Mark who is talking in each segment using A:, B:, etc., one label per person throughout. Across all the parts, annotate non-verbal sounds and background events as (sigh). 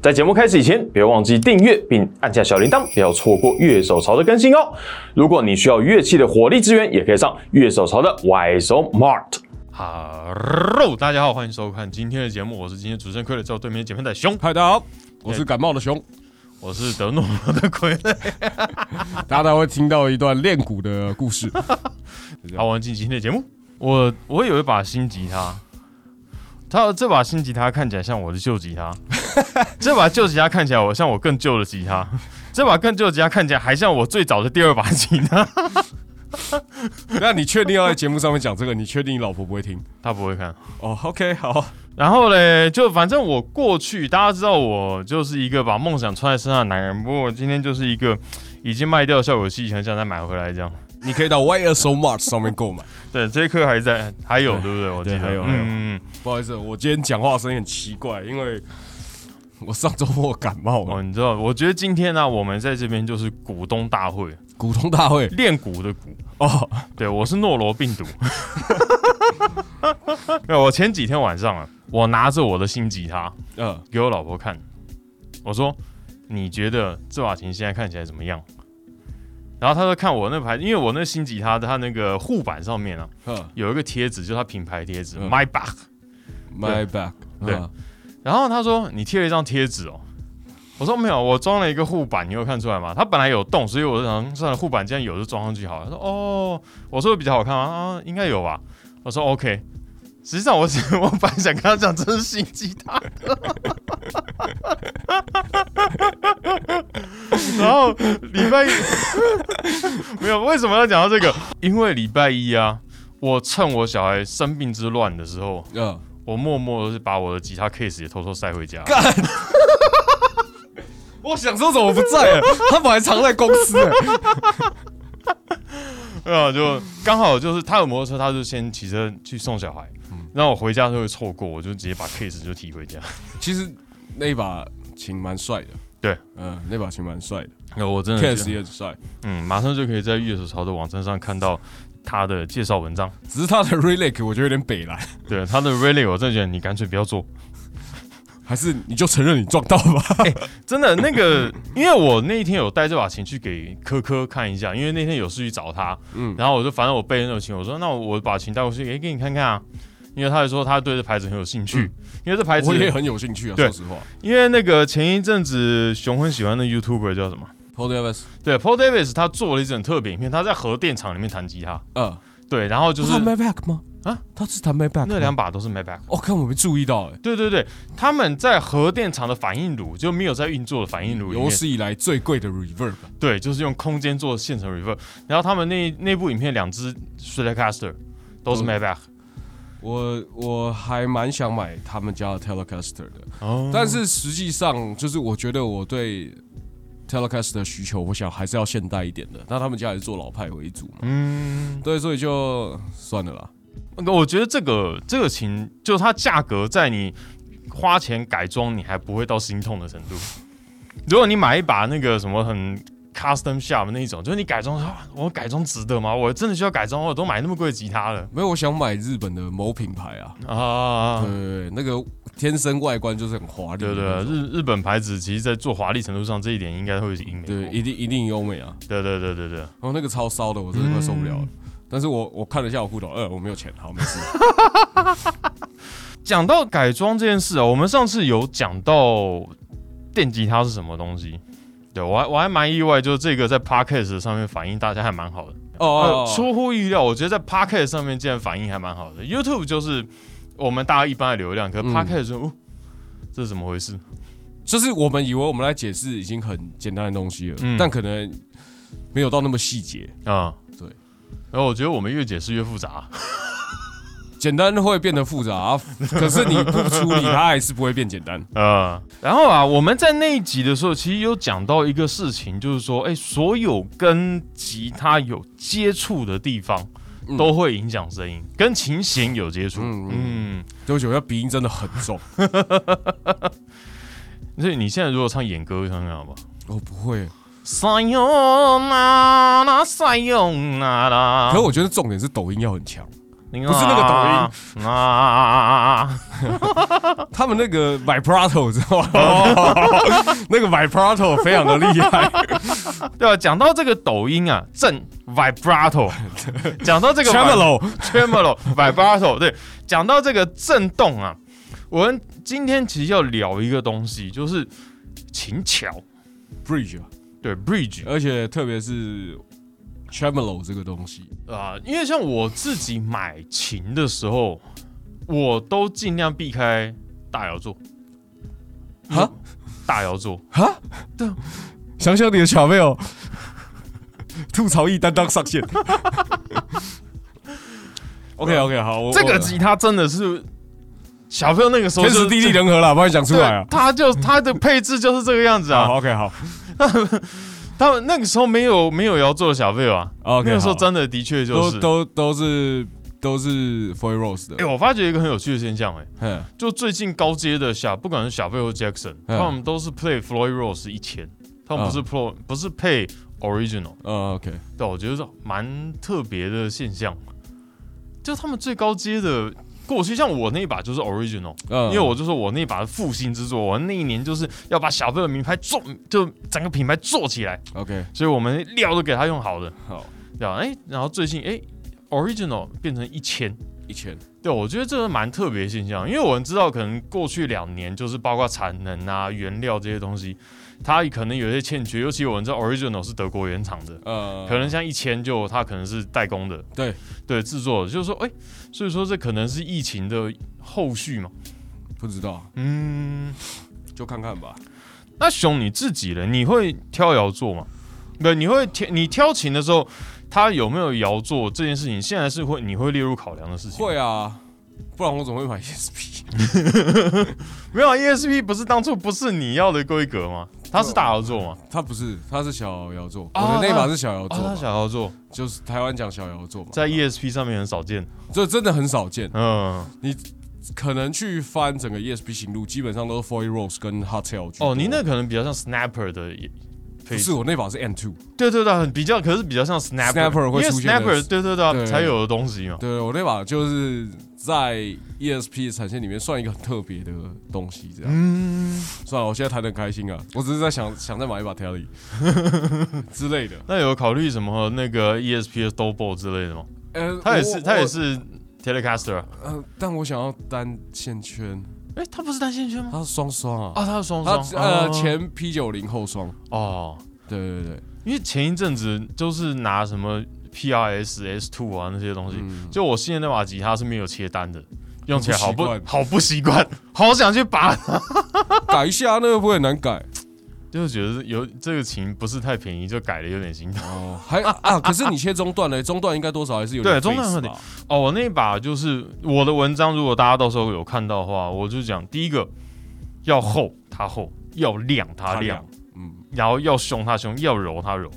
A: 在节目开始以前，别忘记订阅并按下小铃铛，不要错过乐手潮的更新哦。如果你需要乐器的火力支援，也可以上乐手潮的 Y S O Mart。
B: Hello，大家好，欢迎收看今天的节目，我是今天主持人傀儡，在我对面的姐妹仔熊，
C: 嗨，大家好，我是感冒的熊。
B: 我是德诺的傀儡。
C: 大家大概会听到一段练鼓的故 (laughs) 事。
B: 好，我们进今天的节目。我我有一把新吉他，它这把新吉他看起来像我的旧吉 (laughs) 他，这把旧吉他看起来我像我更旧的吉他，这把更旧的吉他看起来还像我最早的第二把吉 (laughs) 他。
C: 那你确定要在节目上面讲这个？你确定你老婆不会听？
B: 他不会看。
C: 哦、o k 好，
B: 然后嘞，就反正我过去大家知道我就是一个把梦想穿在身上的男人，不过我今天就是一个已经卖掉的效果器，很想再买回来这样。
C: 你可以到 YSO Mart 上面购买。
B: 对，这一刻还在，还有对不对？我记得
C: 对还有还有
B: 嗯，嗯
C: (laughs) 不好意思，我今天讲话声音很奇怪，因为我上周末感冒啊
B: 嗯
C: 了。
B: 哦，你知道，我觉得今天呢、我们在这边就是股东大会，
C: 股东大会
B: 练股的股，
C: 哦，
B: 对我是诺罗病毒。 (laughs) 没有，我前几天晚上啊，我拿着我的新吉他
C: 嗯，
B: 给我老婆看，我说：“你觉得这把琴现在看起来怎么样？”然后她说：“看我那牌，因为我那新吉他的它那个护板上面啊
C: 嗯
B: 有一个贴纸，就是它品牌贴纸、
C: 嗯
B: My Bach。
C: ，My back，
B: 对
C: 嗯
B: 然后他说你贴了一张贴纸哦，我说没有，我装了一个护板，你有看出来吗？它本来有洞，所以我就想算了，护板既然有就装上去好了。他说哦，我说比较好看吗？啊，应该有吧。我说 OK。实际上我只我本来想跟他讲这是新吉他的， (laughs) 然后礼拜一 (laughs) 没有为什么要讲到这个？因为礼拜一啊，我趁我小孩生病之乱的时候，
C: 嗯，
B: 我默默地是把我的吉他 case 也偷偷塞回家。
C: 干。我想说怎么不在 (laughs) 了？他本来藏在公司欸。
B: 对啊，就刚好就是他有摩托车，他就先骑车去送小孩，
C: 嗯
B: 然后我回家就会错过，我就直接把 case 就提回家。
C: 其实那一把琴蛮帅的。
B: 对，
C: 嗯，那把琴蛮帅的
B: 那哦我真的
C: ，Case
B: 是，
C: 也很帅，
B: 嗯，马上就可以在乐手潮的网站上看到他的介绍文章。
C: 只是他的 Relic 我觉得有点北蓝。
B: 对他的 really，我真的觉得你干脆不要做。
C: 还是你就承认你撞到
B: (laughs)
C: 吧？
B: 真的那个， (coughs) 因为我那一天有带这把琴去给科科看一下，因为那天有事去找他，嗯，然后我就反正我背那首琴，我说那我把琴带过去，诶、给你看看啊，因为他还说他对这牌子很有兴趣，因为这牌子
C: 嗯我也很有兴趣啊，
B: 对
C: 说实话。
B: 因为那个前一阵子熊很喜欢的 YouTuber 叫什么？
C: p o d a v i s
B: 对，Paul Davis 他做了一整特别影片，他在核电厂里面弹吉他。
C: 嗯，
B: 对，然后就是
C: 他弹 Mac 吗？
B: 啊
C: 啊，他是弹 Mac
B: 那两，把都是 Maybach。
C: 我哦看我没注意到哎，
B: 对对对，他们在核电厂的反应炉就没有在运作的反应炉里
C: 有
B: 面，
C: 史以来最贵的 Reverb，
B: 对，就是用空间做现成 reverb。然后他们那那部影片两只 Stratocaster 都是
C: 嗯
B: Maybach。
C: 我我还蛮想买他们家的 Telecaster 的，
B: 哦
C: 但是实际上就是我觉得我对 Telecaster 的需求，我想还是要现代一点的。那他们家也是做老派为主嘛，
B: 嗯，
C: 对，所以就算了啦。
B: 我觉得这个这个琴就它价格在你花钱改装你还不会到心痛的程度。如果你买一把那个什么很 custom shop 那一种，就是你改装，啊我改装值得吗？我真的需要改装吗，我都买那么贵的吉他了
C: 没有，我想买日本的某品牌啊，
B: 啊！
C: 对，那个天生外观就是很华丽的
B: 对
C: 那种，
B: 对，日日本牌子其实在做华丽程度上，这一点应该会赢美国。
C: 对，一定一定优美啊！
B: 对对对对对，
C: 哦，那个超骚的，我真的快受不了
B: 嗯
C: 了。但是我我看了一下我裤头，呃，我没有钱，好没
B: (laughs)
C: 事。
B: 讲到改装这件事啊，我们上次有讲到电吉他是什么东西，对我还我还蛮意外，就是这个在 podcast 上面反应大家还蛮好的，
C: 哦
B: 呃
C: 哦，，哦
B: 出乎意料，我觉得在 podcast 上面竟然反应还蛮好的。YouTube 就是我们大家一般的流量，可
C: 嗯
B: podcast 就、哦，这是怎么回事？
C: 就是我们以为我们来解释已经很简单的东西了，
B: 嗯
C: 但可能没有到那么细节。
B: 啊、
C: 对。
B: 然后我觉得我们越解释越复杂，啊
C: 简单会变得复杂、啊，可是你不处理它还是不会变简单。 (laughs)
B: 呃，然后啊，我们在那一集的时候，其实有讲到一个事情，就是说，哎，所有跟吉他有接触的地方，
C: 嗯
B: 都会影响声音，跟琴弦有接触，
C: 嗯
B: 嗯，
C: 对不起，我的鼻音真的很
B: (laughs)
C: 重。
B: 所以你现在如果唱演歌，唱好吧？
C: 我、不会，
B: 塞哟那那塞哟那
C: 可是
B: 啦，
C: 我觉得重点是抖音要很强。
B: 不
C: 不是那个
B: 抖音啊啊啊啊啊啊！
C: 他们那个 vibrato 知道吗？
B: 哦
C: (laughs) 那个 vibrato 非常的厉害，
B: (laughs) 对吧？讲到这个抖音啊，正
C: (laughs)
B: vibrato，讲到这个
C: tremolo
B: tremolo (laughs) vibrato，对，讲到这个震动啊，我们今天其实要聊一个东西，就是琴桥，
C: bridge，
B: 对 bridge
C: 而且特别是 tremolo 这个东西，
B: 啊、因为像我自己买琴的时候，我都尽量避开大摇座，
C: 哈
B: 大
C: 哦
B: 摇座，
C: 哈，
B: 对啊，
C: 想想你的小朋友， (laughs) 吐槽一担当
B: (laughs)
C: 上线。OK OK，好，我
B: 啊这个吉他真的是小朋友那个时候
C: 天时
B: 就
C: 地利人和啦，帮你讲出来啊
B: 对，。他
C: (laughs)
B: 就他的配置就是这个样子啊。
C: 好 OK 好
B: 他们那个时候没有没有摇座的小朋友啊，
C: OK，
B: 那个时候
C: 好
B: 真的的确就
C: 都
B: 是。
C: 都都是都是 Foy Rose
B: 哎、
C: 的，
B: 我发觉一个很有趣的现象、哎，
C: 嗯，
B: 就最近高阶的小，不管是小贝或 Jackson，、
C: 嗯
B: 他们都是 play Floyd Rose 一千，他们不是 pro，、不是配 original。
C: 呃 OK，
B: 对，我觉得是蛮特别的现象，就他们最高阶的。过去像我那一把就是 original，、
C: 嗯
B: 因为我就说我那一把是复兴之作，我那一年就是要把小贝的名牌做，就整个品牌做起来，
C: OK
B: 所以我们料都给他用好的，
C: 好，
B: 对吧、哎、然后最近哎、original 变成一千，
C: 一千，
B: 对，我觉得这个蛮特别的现象，因为我们知道，可能过去两年就是包括产能啊、原料这些东西，它可能有一些欠缺，尤其我们知道 original 是德国原厂的，
C: 呃，
B: 可能像一千就它可能是代工的，
C: 对
B: 对，制作的，就是说，哎、所以说这可能是疫情的后续嘛。
C: 不知道，
B: 嗯，
C: 就看看吧。
B: 那熊你自己呢？你会挑摇座吗？对，你会挑你挑琴的时候，它有没有摇座这件事情，现在是会你会列入考量的事情。，
C: 会啊，不然我怎么会买 E ESP？
B: 没有啊 ESP 不是当初不是你要的规格吗？它是大摇座吗？
C: 它不是，它是小摇座，
B: 啊
C: 我的那把是小摇
B: 啊，
C: 座
B: 它小
C: 嘛，
B: 摇座
C: 就是台湾讲小摇座嘛，
B: 在 ESP 上面很少见。
C: 这真的很少见。
B: 嗯，
C: 可能去翻整个 ESP 行路，基本上都是 Foy Rose 跟 Hotel
B: 哦，你那可能比较像 Snapper 的配
C: 不
B: 置
C: 是我那把是 M Two，
B: 对对对，很比较，可是比较像 snapper，,
C: Snapper 会
B: 因为
C: 出现的
B: snapper 对对对啊
C: 对
B: 才有的东西嘛。
C: 对我那把就是在 ESP 的产线里面算一个很特别的东西，这样。
B: 嗯，
C: 算了，我现在谈的很开心啊，我只是在想想再买一
B: (laughs)
C: 把 Telly 之类的。
B: 那有考虑什么那个 ESP 的 double 之类的吗？
C: 呃，
B: 它也
C: 我
B: 是，它也，是 Telecaster 啊。
C: 我呃，但我想要单线圈，
B: 哎，它不是单线圈吗？
C: 它是双双啊，
B: 啊，它是双
C: 它
B: 双。
C: 呃
B: 哦
C: 前 P 九零后双，
B: 哦，
C: 对对对，
B: 因为前一阵子就是拿什么 PRS S Two 啊那些东西，就我现在那把吉他是没有切单的。用起来好不
C: 不习惯
B: 好不习惯， (laughs) 好想去拔，
C: 改一下那个不会很难改
B: 就是觉得有这个琴不是太便宜，就改的有点心疼。
C: 哦。还啊，可是你切中段嘞，中段应该多少还是有
B: 对
C: 点
B: 中段
C: face
B: 有点
C: 吧
B: 哦，我那把就是我的文章，如果大家到时候有看到的话，我就讲第一个要厚它厚，要亮它亮，，
C: 嗯，
B: 然后要凶它凶，要柔它柔。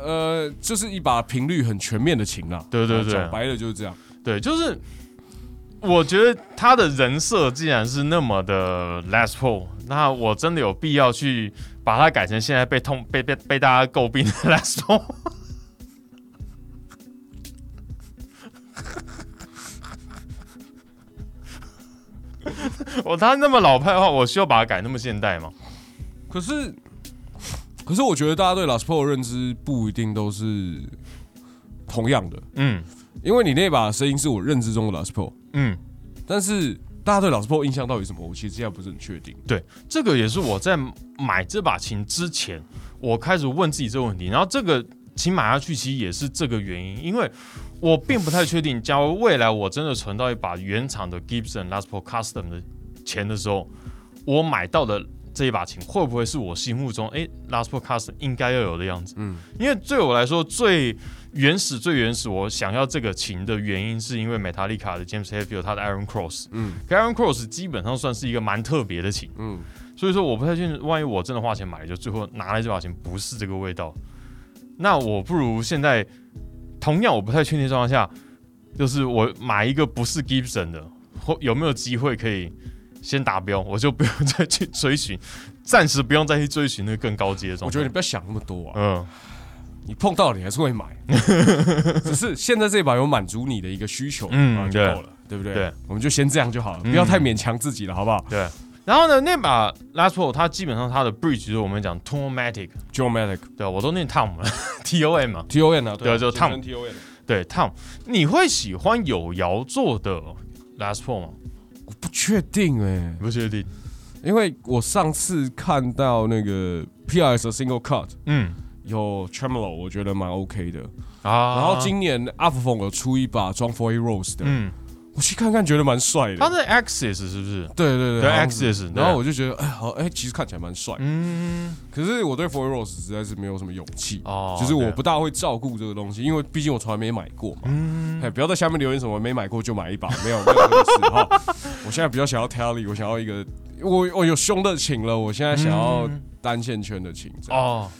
C: 呃，就是一把频率很全面的琴啦。啊
B: 对对对
C: 讲白了就是这样。
B: 对，就是我觉得他的人设既然是那么的 Les Paul，那我真的有必要去把它改成现在被痛被被被大家诟病的 (laughs) Les Paul。我哦他那么老派的话，我需要把它改那么现代吗？
C: 可是，可是我觉得大家对 Last p o 的认知不一定都是同样的，
B: 嗯
C: 因为你那把声音是我认知中的 Last p o
B: 嗯，
C: 但是大家对 Last p o 印象到底是什么，我其实现在不是很确定。
B: 对，这个也是我在买这把琴之前，我开始问自己这个问题。然后这个琴买下去，其实也是这个原因，因为我并不太确定，假如未来我真的存到一把原厂的 Gibson Les Paul Custom 的钱的时候，我买到的这一把琴会不会是我心目中诶 Les Paul Custom 应该要有的样子？
C: 嗯，
B: 因为对我来说最原始、最原始，我想要这个琴的原因，是因为 Metallica 的 James Hetfield 他的 Iron Cross，
C: 嗯
B: 嗯，Iron Cross 基本上算是一个蛮特别的琴，
C: 嗯
B: 嗯，所以说我不太确定，万一我真的花钱买了，就最后拿来这把琴不是这个味道，那我不如现在同样我不太确定的状况下，就是我买一个不是 Gibson 的，或有没有机会可以先达标，我就不用 (laughs) 再去追寻，暂时不用再去追寻那个更高阶的状态。
C: 我觉得你不要想那么多啊。
B: 嗯，
C: 你碰到了你还是
B: (laughs)
C: 会买，只是现在这一把有满足你的一个需求，
B: 嗯
C: 嗯，就
B: 对
C: 够了，对不对？
B: 对，嗯
C: 我们就先这样就好了，不要太勉强自己了，好不好
B: 对。然后呢，那把 Last Pro 它基本上它的 bridge 就是我们讲 Tomatic，
C: j o m a t i c
B: 对我都念 Tom 了 (laughs) T O M 嘛，
C: T O N 啊，
B: 对啊就
C: 简称
B: Tom
C: T O N，
B: 对 Tom，你会喜欢有摇座的 Last Pro 吗？
C: 我不确定哎，
B: 不确定，
C: 因为我上次看到那个 P R S 的 Single Cut
B: 嗯
C: 有 Tremolo，我觉得蛮 OK 的。
B: 啊，
C: 然后今年 Up 风有出一把装 For a Rose 的，
B: 嗯，
C: 我去看看，觉得蛮帅
B: 它
C: 的。
B: 是 Axis 是不是？
C: 对对
B: 对
C: 好像是
B: Axis，对啊
C: 然后我就觉得，哎，好，哎，其实看起来蛮帅。
B: 嗯，
C: 可是我对 For a Rose 实在是没有什么勇气，
B: 哦
C: 就是我
B: 对
C: 不大会照顾这个东西，因为毕竟我从来没买过嘛。
B: 嗯
C: 哎，不要在下面留言什么没买过就买一把，没有没有这个事
B: (laughs)
C: 哈。我现在比较想要 Tally，我想要一个，我我有胸的琴了，我现在想要单线圈的琴。这
B: 嗯
C: 样
B: 哦，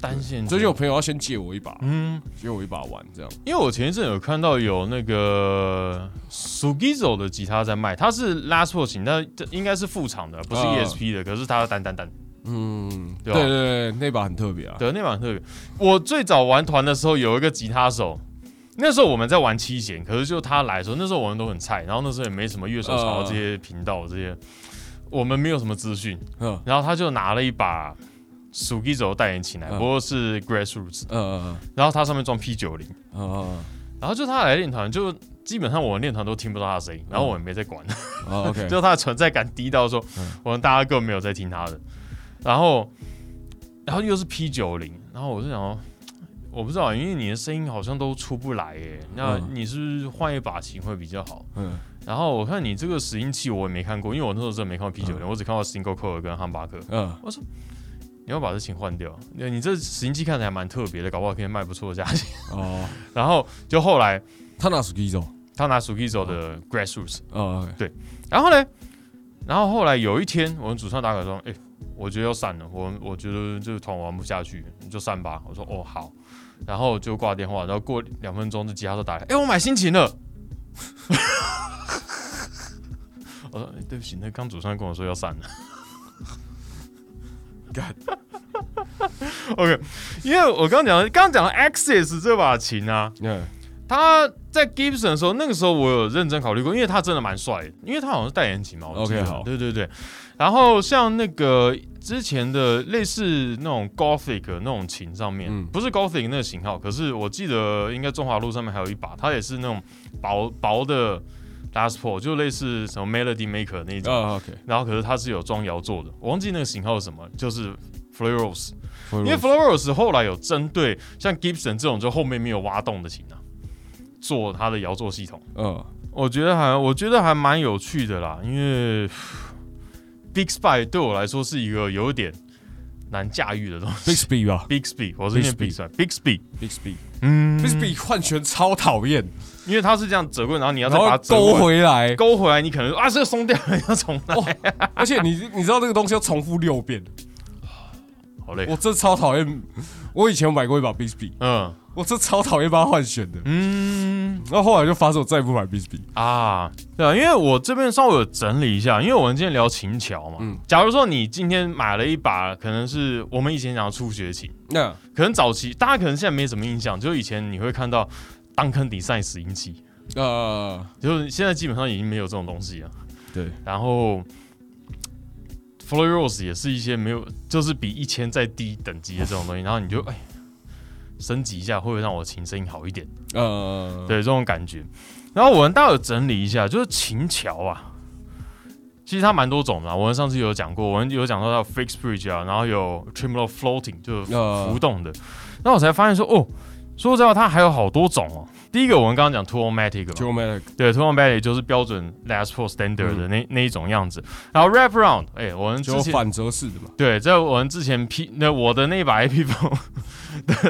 B: 单线
C: 最近有朋友要先借我一把，
B: 嗯，
C: 借我一把玩这样。
B: 因为我前一阵有看到有那个 Sugizo 的吉他在卖，它是拉错型，但这应该是副厂的，不是
C: 啊
B: ESP 的，可是它是单单单。
C: 嗯，
B: 对
C: 对
B: 吧
C: 对对，那把很特别啊。
B: 对，那把很特别。我最早玩团的时候有一个吉他手，那时候我们在玩七弦，可是就他来的时候，那时候我们都很菜，然后那时候也没什么乐手潮
C: 呃
B: 这些频道这些，我们没有什么资讯，
C: 嗯
B: 然后他就拿了一把 Sugizo 代言琴来，
C: 嗯
B: 不过是 Grassroots，
C: 呃
B: 然后它上面装 P 九零，
C: 呃呃
B: 然后就他来练团，就基本上我们练团都听不到他的声音，然后我也没在管，
C: 呃，OK，
B: 就他的存在感低到说，
C: 嗯
B: 我们大家根本没有在听他的。然后，然后又是 P 九零，然后我就想说，我不知道，因为你的声音好像都出不来耶，那
C: 嗯
B: 你是不是换一把琴会比较好？
C: 嗯
B: 然后我看你这个拾音器我也没看过，因为我那时候真的没看过 P 九零，我只看过 Single Coil 跟汉巴克。
C: 嗯，
B: 你要把这琴换掉，你你这拾音器看起来蛮特别的，搞不好可以卖不错的价钱。 (laughs)
C: 哦，
B: 然后就后来
C: 他拿 s k i z o
B: 他拿 Sugizo
C: 嗯
B: 的 Grassroots，
C: 呃，
B: 然后呢，然后后来有一天，我们主唱打给我说：“哎、我觉得要散了，我我觉得这个团玩不下去，你就散吧。”我说：“哦，好。”然后就挂电话，然后过两分钟，这吉他手打来：“哎、我买新琴了。” (laughs) 我说、哎对不起，那刚主唱跟我说要散了。 (laughs)
C: 干
B: OK，因为我刚讲的，刚讲的 Axis 这把琴啊，
C: 嗯
B: 他在 Gibson 的时候，那个时候我有认真考虑过，因为他真的蛮帅的，因为他好像是代言琴嘛。我记得
C: OK，好
B: 对对对。然后像那个之前的类似那种 Gothic 那种琴上面，
C: 嗯
B: 不是 Gothic 那个型号，可是我记得应该中华路上面还有一把，它也是那种薄薄的 Last p o 就类似什么 Melody Maker 那一种。
C: 啊，OK，
B: 然后可是它是有装摇座的，我忘记那个型号是什么，就是 f l o r o s
C: 因
B: 因为 Flowers 后来有针对像 Gibson 这种就后面没有挖洞的琴啊，做它的摇座系统，
C: 呃，
B: 我觉得还我觉得还蛮有趣的啦，因为 Big Spy 对我来说是一个有点难驾驭的东西。 (laughs)
C: Big Speed 吧
B: Big Spy，我是念 Big
C: Bixby
B: Spy，Big Spy，
C: ，Big Speed，
B: 嗯
C: Big Speed 换拳超讨厌，
B: 因为它是这样折棍，然后你要再
C: 然
B: 把
C: 后
B: 它折过
C: 勾
B: 来
C: 回来，
B: (laughs) 勾回来，你可能啊这个松掉了，要 (laughs) 重来，
C: 哦，而且你你知道这个东西要重复六遍，
B: 好累
C: 我。真的超讨厌。我以前有买过一把 Big Speed，
B: 嗯
C: 我真的超讨厌把它换选的，
B: 嗯
C: 然后后来就发誓我再也不买 Big Speed。
B: 啊，对啊，因为我这边稍微有整理一下，因为我们今天聊琴桥嘛。
C: 嗯
B: 假如说你今天买了一把，可能是我们以前讲的初学琴，
C: 那
B: 可能早期大家可能现在没什么印象，就以前你会看到当坑底赛死音器，
C: 呃，
B: 就是现在基本上已经没有这种东西了。
C: 对，
B: 然后 f l o r o s 也是一些没有，就是比一千再低等级的这种东西，然后你就哎升级一下，会不会让我琴声音好一点？
C: 呃，
B: 对这种感觉。然后我们大概有整理一下，就是琴桥啊，其实它蛮多种的啊、我们上次有讲过，我们有讲到到 fixed bridge 啊，然后有 tremolo floating 就是
C: 呃
B: 浮动的。然后我才发现说，哦，说实话，它还有好多种哦。第一个我们刚刚讲 t o o m a t i c 嘛，
C: 就买了
B: 对 t o o m a t i c 就是标准 last four standard 的那、那一种样子。然后 wrap around，哎、我们之
C: 嗯就
B: 前
C: 反折式的嘛，
B: 对，在我们之前 P 那我的那把 (laughs) AP 风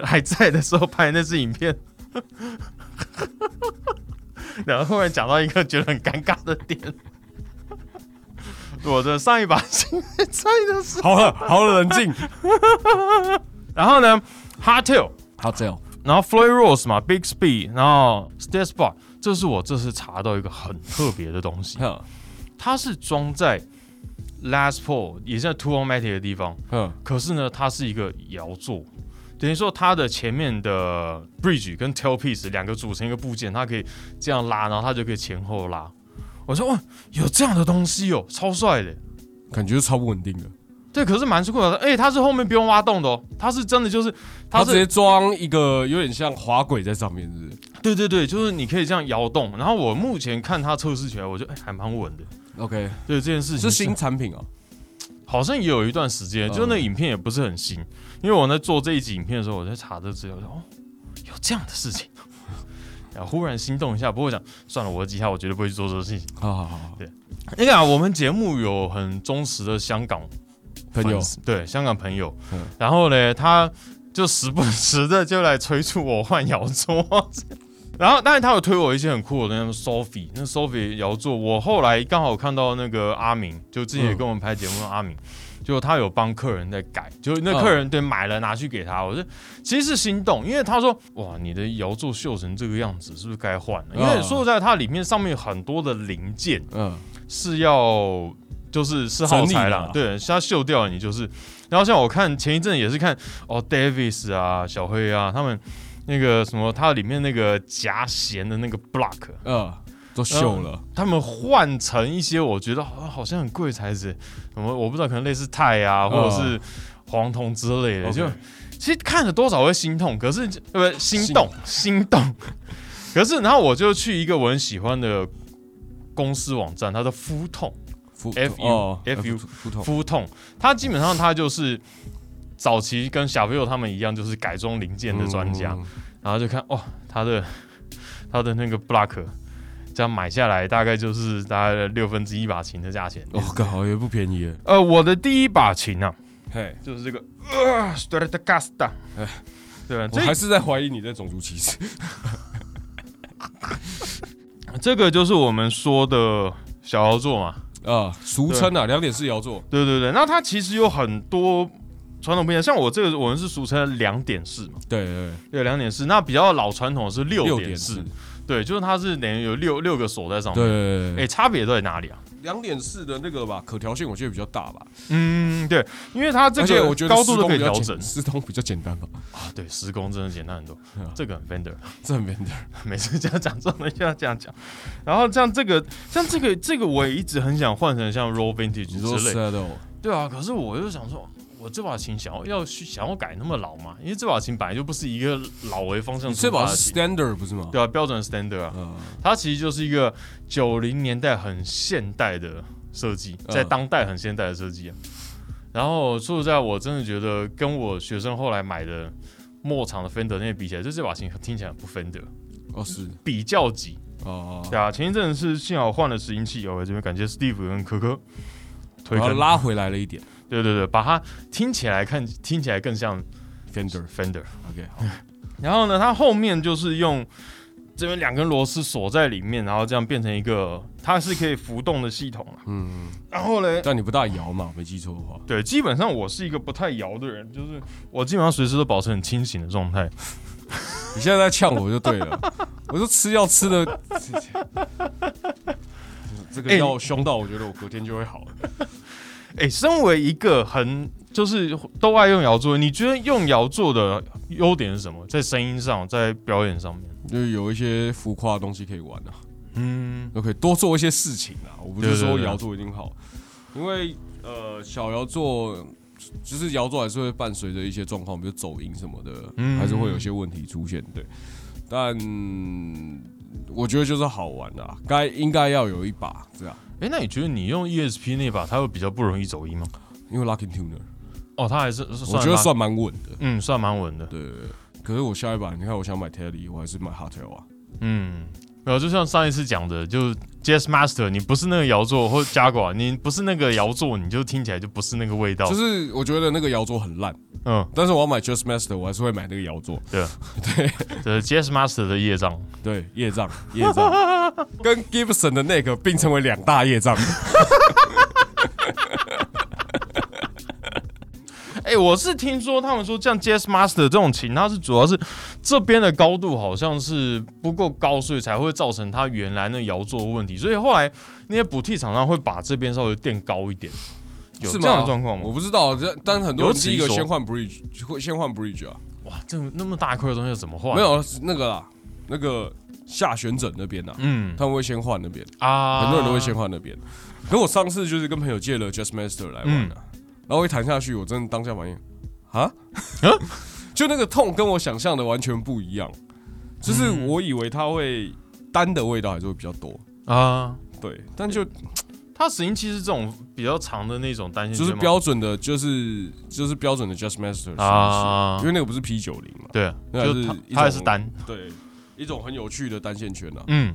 B: 还在的时候拍那支影片， (laughs) 然后忽然讲到一个觉得很尴尬的点，我的上一把琴还在的时候，
C: 好了，好了，冷 (laughs) 静。
B: 然后呢 Hardtail，
C: 好，这样
B: 然后 Floyd Rose 嘛，Big Speed，然后 Stats Bar，这是我这次查到一个很特别的东西，
C: 哼
B: 它是装在 Last p o l 也是在 Two o n Matic 的地方，
C: 哼
B: 可是呢，它是一个摇座，等于说它的前面的 bridge 跟 tailpiece 两个组成一个部件，它可以这样拉，然后它就可以前后拉。我说哇，有这样的东西哦，超帅的。
C: 感觉是超不稳定的。
B: 对，可是蛮酷的，哎、它是后面不用挖洞的哦，它是真的就是，它
C: 它直
B: 是
C: 接装一个有点像滑轨在上面，是不是？
B: 对对对，就是你可以这样摇动。然后我目前看它测试起来，我觉得哎、还蛮稳的。
C: OK，
B: 对这件事情
C: 是新产品啊，
B: 好像也有一段时间，
C: 嗯
B: 就那影片也不是很新，因为我在做这一集影片的时候，我在查这资料，我说哦，有这样的事情， (laughs) 然后忽然心动一下。不过我想算了，我的吉他我绝对不会去做这个事情。
C: 好好好好，
B: 那个啊，我们节目有很忠实的香港
C: 朋友
B: 粉，丝对香港朋友，
C: 嗯
B: 然后呢，他就时不时的就来催促我换摇桌。然后，当然他有推我一些很酷的那种 Sophie，那 Sophie 摇座，我后来刚好看到那个阿明，就之
C: 嗯
B: 前也跟我们拍节目的阿明，就他有帮客人在改，就是那
C: 嗯
B: 客人对买了拿去给他，我是其实是心动，因为他说哇，你的摇座锈成这个样子，是不是该换了？因为
C: 嗯
B: 说实在，它里面上面有很多的零件，
C: 嗯，
B: 是要就是是耗材啦，
C: 整
B: 对，是它锈掉了你就是。然后像我看前一阵也是看哦，Davis 啊、小黑啊他们那个什么，它里面那个夹弦的那个 block，
C: 呃，都锈了，
B: 他们换成一些我觉得好好像很贵的材质，什么我不知道，可能类似钛啊，或者是黄铜之类的，
C: OK
B: 就其实看了多少会心痛，可是呃不心动心动，可是然后我就去一个我很喜欢的公司网站，它叫肤痛。
C: 腹
B: FU
C: 哦
B: FU
C: 腹痛，
B: 肤痛，它基本上它就是早期跟小朋友他们一样，就是改装零件的专家，
C: 嗯，
B: 然后就看哦，他的 (laughs) 他的那个 block 这样买下来大概就是大概六分之一把琴的价钱。
C: 哦，刚好也不便宜耶，
B: 呃，我的第一把琴啊，
C: 嘿，
B: 就是这个呃 Stratocaster，对，
C: 我
B: 这
C: 还是在怀疑你在种族歧
B: (laughs)
C: 视，
B: 这个就是我们说的小摇座嘛，
C: 啊，俗称啊，两点式摇座，
B: 对对对，那它其实有很多传统不一样，像我这个我们是俗称两点式嘛。
C: 对对，
B: 对，两点式。那比较老传统的是六
C: 六
B: 点
C: 点
B: 式
C: 式，，
B: 对，就是它是等于有六六个锁在上
C: 对
B: 面。
C: 对
B: 哎、
C: 对，
B: 差别在哪里啊？
C: 两点式的那个吧，可调性我觉得比较大吧，
B: 嗯，对，因为它这
C: 而且我
B: 个
C: 觉得
B: 高
C: 施
B: 度都
C: 工
B: 可以
C: 比较
B: 调
C: 简
B: 整
C: 施工比较简单吧，
B: 啊。对，施工真的简单很多
C: 对啊。
B: 这个很 Fender，
C: 这很简单，
B: (laughs) 每次这样讲这种东西要这样讲。然后像这个，像这个，这个我也一直很想换成像 Roll Vintage
C: 你说
B: 之类
C: s
B: 的。
C: a d o
B: 对啊，可是我就想说。我这把琴想要要去想要改那么老嘛？因为这把琴本来就不是一个老为方向
C: 你
B: 出
C: 这
B: 发
C: 把
B: 的
C: 是
B: 琴，
C: standard 不是吗？
B: 啊对啊，标准 standard 啊。
C: 嗯，
B: 它其实就是一个九零年代很现代的设计，
C: 嗯
B: 在当代很现代的设计啊。然后说实在，我真的觉得跟我学生后来买的末场的 Fender 那些比起来，就这把琴听起来很不 Fender，
C: 哦是，
B: 比较级。
C: 哦，
B: 对啊，前一阵子是幸好换了拾音器，我这边感谢 Steve 跟可可推
C: 然后
B: 坑，
C: 啊拉回来了一点
B: 对对对，把它听起来看听起来更像
C: (laughs) Fender。
B: Fender。
C: OK，好
B: 然后呢，它后面就是用这边两根螺丝锁在里面，然后这样变成一个，它是可以浮动的系统啊。
C: 嗯，
B: 然后呢，
C: 但你不大摇嘛，没记错的话。
B: 对，基本上我是一个不太摇的人，就是我基本上随时都保持很清醒的状态。
C: 你现在在呛我就对 (laughs) 了，我说吃药吃 (laughs) 的，这个
B: 哎
C: 药凶到我觉得我隔天就会好了。
B: 哎，身为一个很就是都爱用摇座，你觉得用摇座的优点是什么？在声音上，在表演上面？
C: 就是有一些浮夸的东西可以玩啊，
B: 嗯，
C: 都可以多做一些事情啊。我不
B: 对
C: 是
B: 对
C: 说
B: 对
C: 摇座一定好，因为呃小摇座。就是摇座还是会伴随着一些状况，比如走音什么的，
B: 嗯
C: 还是会有一些问题出现。对，但嗯我觉得就是好玩啊，该应该要有一把这样，
B: 哎，那你觉得你用 ESP 那把，它会比较不容易走音吗？
C: 因为 Lucky Tuner
B: 哦，它还是算
C: 我觉得
B: 蛮
C: 算蛮稳的。
B: 嗯算蛮稳的。
C: 对，可是我下一把，你看我想买 Telly，我还是买 Hotel 啊。
B: 嗯，没有，就像上一次讲的，就是 Jazz Master，你不是那个摇座或 Jaguar，你不是那个摇座，你就听起来就不是那个味道。
C: 就是我觉得那个摇座很烂，
B: 嗯，
C: 但是我要买 Just Master，我还是会买那个摇座。
B: 这是 Jazz Master 的业障。
C: 对，业障，业障， (laughs) 跟 Gibson 的那个并称为两大业障。
B: (laughs) 哎、我是听说他们说，像 Jazz Master 这种琴，它是主要是这边的高度好像是不够高，所以才会造成它原来那摇座的问题。所以后来那些补替厂商会把这边稍微垫高一点，有
C: 是
B: 这样的状况吗
C: 我？不知道，这但很多
B: 有
C: 人
B: 此
C: 第
B: 一
C: 一个
B: 说
C: 先换 Bridge，会先换 Bridge 啊。
B: 哇，这么那么大块的东西怎么换？
C: 没，有那个啦，那个下旋枕那边呐，
B: 嗯
C: 他们会先换那边，
B: 啊，
C: 很多人都会先换那边。可我上次就是跟朋友借了 Just Master 来玩的、
B: 嗯
C: 啊然后一弹下去，我真的当下反应，啊， (laughs) 就那个痛跟我想象的完全不一样，就是
B: 嗯
C: 我以为它会单的味道还是会比较多，
B: 啊。
C: 对，但就
B: 它拾音器是这种比较长的那种单线
C: 就
B: 圈
C: 是
B: 吗
C: 标准的，就是就是标准的 Just Master 啊，
B: 啊
C: 因，为那个不是 P 九零 (laughs) 嘛，
B: 对，
C: 那
B: 就
C: 还是
B: 它
C: 一
B: 它还
C: 种
B: 是单，
C: 对，一种很有趣的单线圈啊， (laughs)
B: 嗯。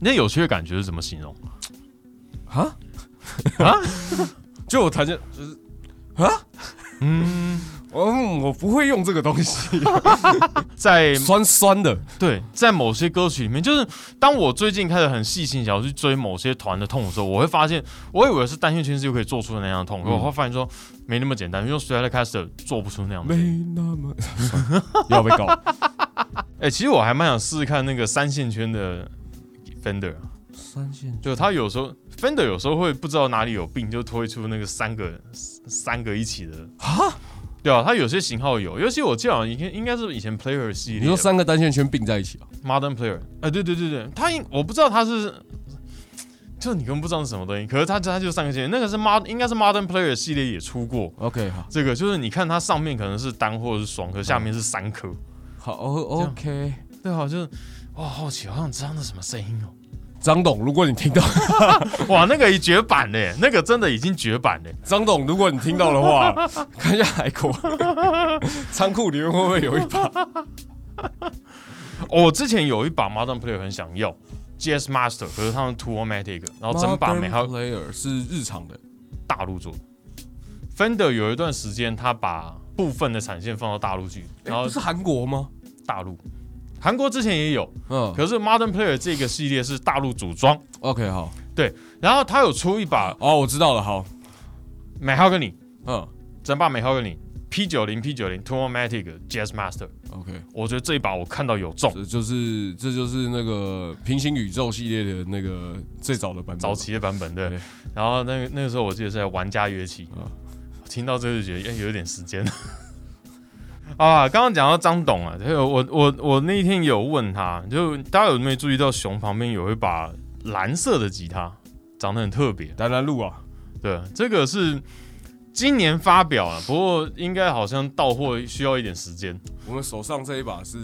B: 那有趣的感觉是怎么形容？
C: (laughs) 啊啊！ (laughs) 就我弹键就是啊，嗯，嗯， (laughs) 我不会用这个东 (laughs) 西，
B: 在
C: 酸酸 (laughs) 的，
B: 对，在某些歌曲里面，就是当我最近开始很细心想要去追某些团的痛的时候，我会发现，我以为是单线圈是就可以做出的那样的痛，
C: 嗯
B: 可我会发现说没那么简单，因为 s t r a t c a s t e r 做不出那样的
C: 没
B: 声音。
C: 那么 (laughs) 要被告。
B: 哎、其实我还蛮想试试看那个三线圈的 Fender，啊
C: 三线
B: 就它有时候 Fender 有时候会不知道哪里有病，就推出那个三个三个一起的啊。对啊，它有些型号有，尤其我记得好像以前应该是以前 Player 系列吧，
C: 你说三个单线圈并在一起啊？
B: Modern Player，哎、对对对对，他应我不知道他是，就你根本不知道是什么东西，可是他他就是上个系列，那个是 Mod 应该是 Modern Player 系列也出过
C: OK，好，
B: 这个，就是你看它上面可能是单或者是双，可下面是三颗，
C: 好哦，OK。
B: 对啊，就是哇好奇，好想知道那什么声音哦，
C: 张董，如果你听到
B: 哇那个已绝版嘞，那个真的已经绝版嘞，
C: 张董，如果你听到的 (laughs) 话，看一下海口 (laughs) 仓库里面会不会有一把？
B: 哦我之前有一把 Modern Player 很想要 GS Master，可是他们 Two Matic，然后整把哦没还有
C: player 是日常的，
B: 大陆做的。Fender 有一段时间，他把部分的产线放到大陆去，然
C: 哎，
B: 后
C: 不是韩国吗？
B: 大陆、韩国之前也有，
C: 嗯
B: 可是 Modern Player 这个系列是大陆组装，
C: ，OK，好，
B: 然后他有出一把
C: 哦，我知道了，好，
B: 美浩跟你，
C: 嗯
B: 整把美浩跟你 P 九零 P 九零 t o m a t i c Jazz Master，
C: ，OK。
B: 我觉得这一把我看到有中，
C: 这就是这就是那个平行宇宙系列的那个最早的版本，
B: 早期的版本对
C: 对。
B: 然后那个那个时候我记得是在玩家乐器，
C: 嗯
B: 听到这就觉得哎、有点时间。 (laughs) 啊，刚刚讲到张董啊，还有我我我那一天有问他，就大家有没有注意到熊旁边有一把蓝色的吉他，长得很特别。
C: 丹丹路啊，
B: 对，这个是今年发表了，不过应该好像到货需要一点时间。
C: 我们手上这一把是，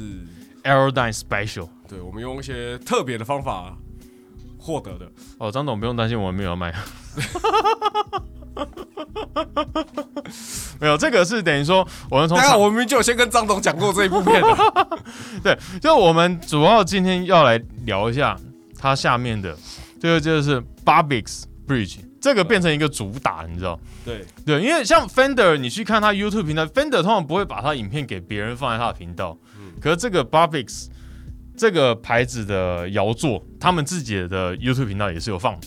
B: Aerodyne Special，
C: 对我们用一些特别的方法获得的。
B: 哦，张董不用担心，我们没有要卖。 (laughs) 没有，这个是等于说我们从
C: 当然，我明明就有先跟张总讲过这一部
B: (laughs)
C: 片的，
B: 对，就我们主要今天要来聊一下它下面的，这个就是 Barbix Bridge，这个变成一个主打，你知道。
C: 对，
B: 对，因为像 Fender，你去看他 YouTube 频道，Fender 通常不会把他影片给别人放在他的频道。可是这个 Barbix 这个牌子的摇座，他们自己的 YouTube 频道也是有放，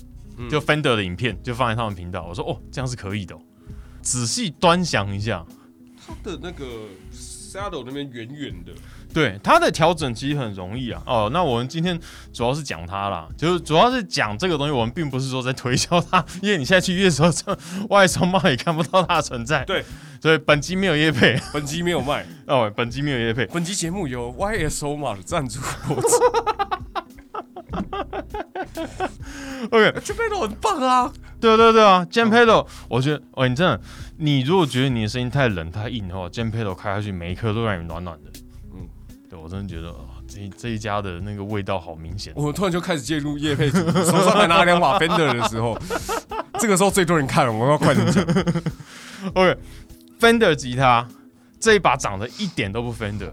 B: 就 Fender 的影片就放在他们频道。我说哦，这样是可以的哦、仔细端详一下，
C: 它的那个 saddle 那边远远的，
B: 对它的调整其实很容易啊。哦，那我们今天主要是讲它啦，就是主要是讲这个东西，我们并不是说在推销它，因为你现在去夜手上外商贸也看不到它的存在。
C: 对，
B: 所以本集没有业配。
C: 本集没有卖，
B: 哦，本集没有业配。
C: 本集节目由 YSO 码的赞助播出。
B: (laughs) OK，
C: 这边都很棒啊，
B: 对对对啊 j a m p e d
C: 嗯
B: o 我觉得，哦，你真的，你如果觉得你的声音太冷太硬的话 j a m p e d o 开下去每一颗都让你暖暖的。嗯
C: 嗯，
B: 对我真的觉得，哦、这一这一家的那个味道好明显。
C: 我们突然就开始介入叶配主义， (laughs) 手上还拿两把 Fender 的时候， (laughs) 这个时候最多人看了，我要快点讲。
B: OK，Fender 吉他这一把长得一点都不 Fender，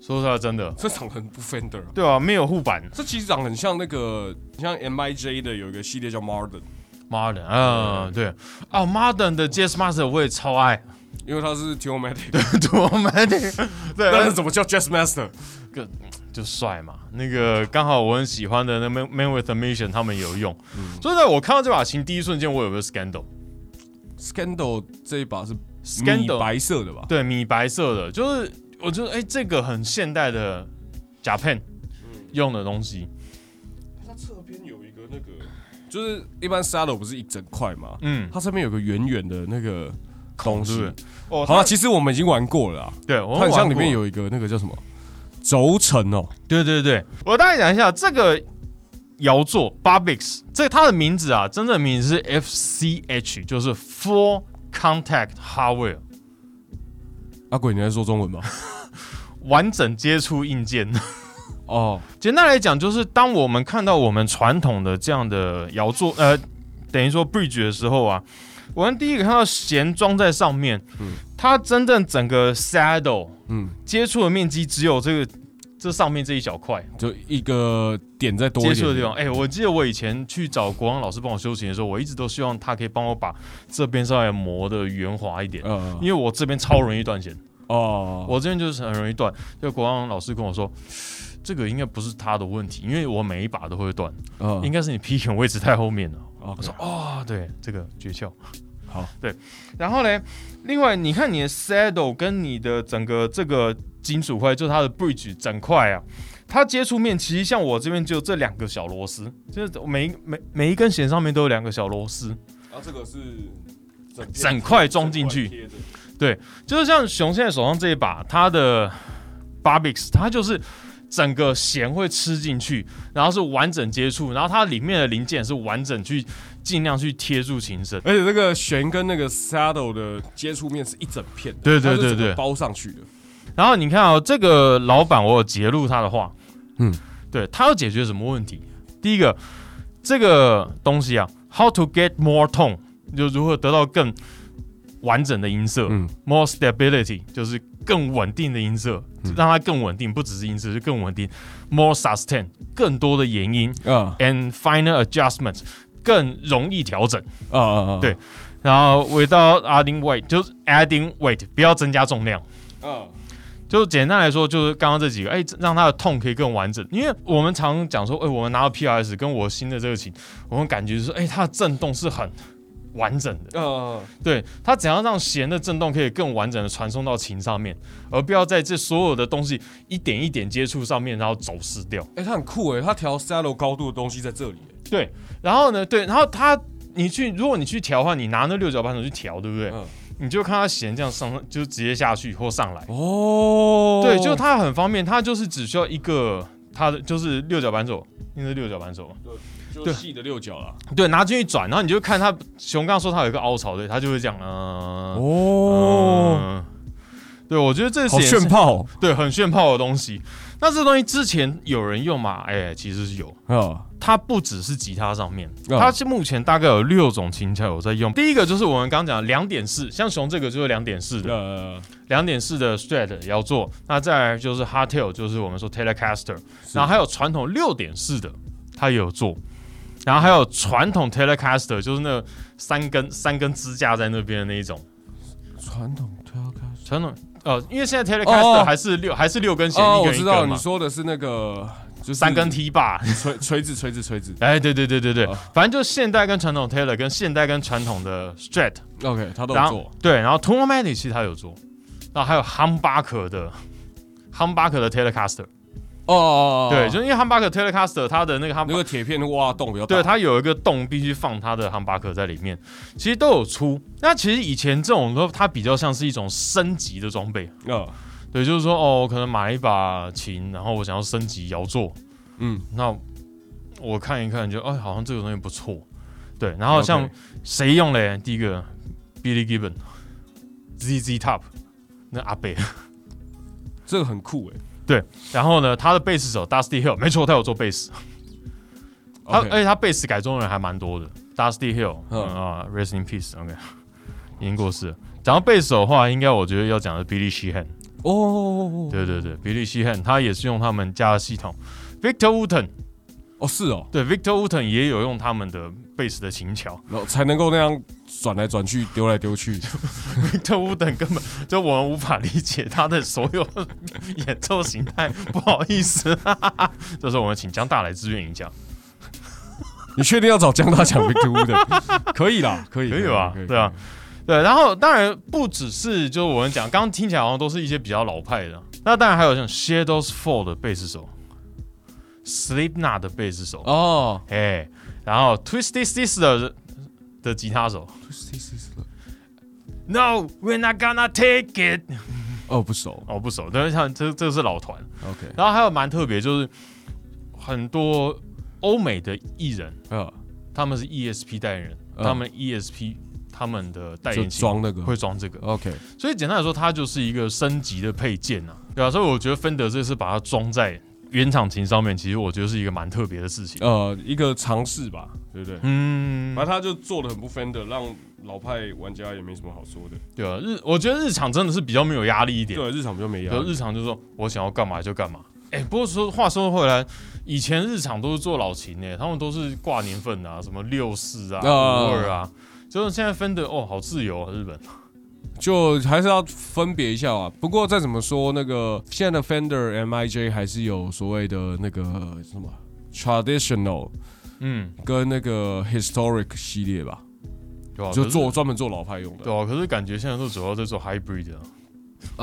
B: 说实话真的，
C: 这长得很不 Fender，
B: 对啊，没有护板
C: 这其实长得很像那个，像 M I J 的有一个系列叫 Marden，
B: ，Modern，嗯、对，哦，Modern 的 Jazz Master 我也超爱，
C: 因为它是 t o m a t
B: (laughs)
C: i c
B: 多 Matic，对，
C: 但是怎么叫 Jazz Master？
B: 个就帅嘛。那个刚好我很喜欢的那 Man Man with a Mission 他们有用，
C: 嗯
B: 所以在我看到这把琴第一瞬间，我有个 Scandal。
C: Scandal 这一把是
B: Scandal
C: 米白色的吧？
B: 对，米白色的，就是我觉得哎、这个很现代的假片
C: 嗯
B: 用的东西，
C: 它侧边有一个那个，就是一般 saddle 不是一整块吗？
B: 嗯
C: 它这边有个圆圆的那个
B: 是
C: 东
B: 不
C: 西
B: 是。？哦，
C: 好了，
B: 它
C: 其实我们已经玩过了啦。
B: 对，我
C: 它很像里
B: 玩过
C: 面有一个那个叫什么轴承哦，
B: 对对对，我大概讲一下这个摇座 Barbix，这它的名字啊，真正的名字是 FCH，就是 Full Contact Hardware，
C: 阿鬼你在说中
B: (laughs)
C: 文吗？
B: 完整接触硬件。
C: 哦，
B: 简单来讲，就是当我们看到我们传统的这样的摇座，呃，等于说 bridge 的时候啊，我们第一个看到弦装在上面，
C: 嗯
B: 它真正整个 saddle
C: 嗯，
B: 接触的面积只有这个这上面这一小块。
C: 就一个点再多
B: 接
C: 一点
B: 触的地方。哎、我记得我以前去找国王老师帮我修琴的时候，我一直都希望他可以帮我把这边稍微磨的圆滑一点。
C: 呃
B: 因，为我这边超容易断弦，
C: 哦，
B: 我这边就是很容易断。就国王老师跟我说，这个应该不是他的问题，因为我每一把都会断，
C: 我
B: 应该是你 P 点位置太后面了。
C: 我
B: 我说哦，对，这个诀窍。
C: 好，
B: (laughs) 对。然后呢，另外你看你的 saddle 跟你的整个这个金属块，就是它的 bridge 整块啊，它接触面其实像我这边就这两个小螺丝，就是每一每每一根弦上面都有两个小螺丝，
C: 啊，这个是整
B: 整块装进去，
C: 去，
B: 就是像熊现在手上这一把，它的 Barbix，它就是整个弦会吃进去，然后是完整接触，然后它里面的零件是完整去尽量去贴住琴身。
C: 而且这个弦跟那个 saddle 的接触面是一整片的，
B: 对对
C: 它是
B: 对
C: 整个
B: 对
C: 包上去的，
B: 然后你看哦，这个老板我有截录他的话，
C: 嗯
B: 嗯，对他要解决什么问题？第一个，这个东西啊，how to get more tone，就如何得到更完整的音色、
C: 嗯
B: m o r e stability 就是更稳定的音色，
C: 嗯
B: 让它更稳定，不只是音色，就更稳定，more sustain 更多的延音
C: 啊
B: ，and finer adjustment 更容易调整。
C: 啊啊，啊
B: 对然后 without adding weight 就是 adding weight，不要增加重量。
C: 嗯
B: 就简单来说，就是刚刚这几个，哎、让它的痛可以更完整。因为我们常讲说，哎、我们拿到 PRS 跟我新的这个琴，我们感觉就是，哎、它的震动是很完整的。
C: 嗯
B: 对，它怎样让弦的震动可以更完整的传送到琴上面，而不要在这所有的东西一点一点接触上面，然后走失掉。
C: 哎、它很酷哎、它调 saddle 高度的东西在这里、欸
B: 对，然后呢，对，然后它。你去，如果你去调的话，你拿那六角扳手去调，对不对？
C: 嗯
B: 你就看它弦这样上，就直接下去或上来。
C: 哦
B: 对，就它很方便，它就是只需要一个它的就是六角扳手，应该是六角扳手吧？
C: 就
B: 对
C: 细的六角啦。
B: 对，拿进去转，然后你就看它，熊刚说它有一个凹槽，对，它就会这样，嗯、
C: 哦，
B: 嗯对，我觉得这是
C: 好
B: 也是
C: 炫，炮
B: 对，很炫炮的东西。那这东西之前有人用吗？哎、其实是有，
C: 啊！
B: 它不只是吉他上面，
C: 嗯
B: 它是目前大概有六种琴桥有在用。第一个就是我们刚讲两点式，像熊这个就是两点式的，
C: 呃，
B: 两点式的 Strat 要做，那再来就是 Hardtail，就是我们说 Telecaster，然后还有传统六点式的，它也有做，然后还有传统 Telecaster，就是那三根三根支架在那边的那一种
C: 传统推开
B: 传统。呃，因为现在
C: 哦
B: Telecaster 还是六、还是六根弦，
C: 哦，
B: 一
C: 我
B: 根
C: 知
B: 一
C: 道
B: 根
C: 你
B: 嘛，
C: 说的是那个，就是
B: 三根 T 把。
C: 锤锤子锤子锤子。
B: 哎，对对对对对，
C: 哦
B: 反正就现代跟传统 Taylor 跟现代跟传统的 Strat，
C: OK，他都
B: 然
C: 有
B: 后
C: 做。
B: 对，然后 t o m a m a t i 其实他有做，然后还有 Humbucker 的 Humbucker 的 Telecaster。
C: 哦哦，哦
B: 对，就是因为 Humbucker Telecaster 它的那个 Humbucker，
C: 那个铁片挖洞比较大。
B: 对，它有一个洞必须放它的 Humbucker 在里面，其实都有出。那其实以前这种都它比较像是一种升级的装备，
C: 呃，
B: 对，就是说哦，我可能买了一把琴，然后我想要升级摇座，
C: 嗯，
B: 那我看一看就哎，好像这个东西不错，对。然后像
C: OK
B: 谁用嘞？第一个 Billy Gibbon、ZZ Top 那阿贝，
C: 这个很酷哎。
B: 然后呢，他的贝斯手 Dusty Hill，没错，他有做贝斯。他哎
C: OK，
B: 而且他贝斯改装的人还蛮多的，Dusty Hill，
C: 嗯
B: 嗯啊，Rest in Peace，OK，、已 (laughs) 经过世了。讲到贝斯手的话，应该我觉得要讲的是 Billy Sheehan，
C: 哦哦哦
B: 对对对，Billy Sheehan，他也是用他们家的系统。Victor Wooten，
C: 哦是哦，
B: 对，Victor Wooten 也有用他们的贝斯的琴桥。
C: 然后才能够那样转来转去，丢来丢去。 (laughs)
B: Victor Wooten 根本就我们无法理解他的所有演奏形态，不好意思， (laughs) 这时候我们请江大来支援一下，
C: 你确定要找江大讲 Big Two 的？ (laughs) 可以啦，可以，
B: 可以吧
C: 可以？
B: 对啊，对，然后当然不只是就是我们讲，刚刚听起来好像都是一些比较老派的，那当然还有像 Shadows Fall 的贝斯手，Slipknot 的贝斯手，
C: 哦，
B: 哎、然后 Twisted Sister 的的吉他手 No, we're not gonna take it。
C: 哦，不熟
B: 哦，不熟，但是像这这是老团，
C: ，OK，
B: 然后还有蛮特别，就是很多欧美的艺人，
C: 呃，
B: 他们是 ESP 代言人，
C: 嗯
B: 他们 ESP 他们的代
C: 哦就
B: 言型
C: 装那个
B: 会装这个，
C: ，OK，
B: 所以简单来说，它就是一个升级的配件啊，对啊，所以我觉得芬德这次把它装在原厂琴上面，其实我觉得是一个蛮特别的事情。
C: 呃，一个尝试吧，对不对？
B: 嗯
C: 反正，他就做的很不 Fender，让老派玩家也没什么好说的。
B: 对啊，日我觉得日常真的是比较没有压力一点，
C: 对，日啊常比较没压
B: 就
C: 力。
B: 日常就说我想要干嘛就干嘛。哎、不过说话说回来，以前日常都是做老琴诶、他们都是挂年份啊，什么六四啊、
C: 啊
B: 五二啊，就是现在分的哦，好自由啊，日本。
C: 就还是要分别一下啊。不过再怎么说，那个现在的 Fender MIJ 还是有所谓的那个什么 traditional
B: 嗯，
C: 跟那个 historic 系列吧，
B: 对啊，
C: 就
B: 可是
C: 做专门做老派用的
B: 对啊，可是感觉现在都主要在做 hybrid 啊，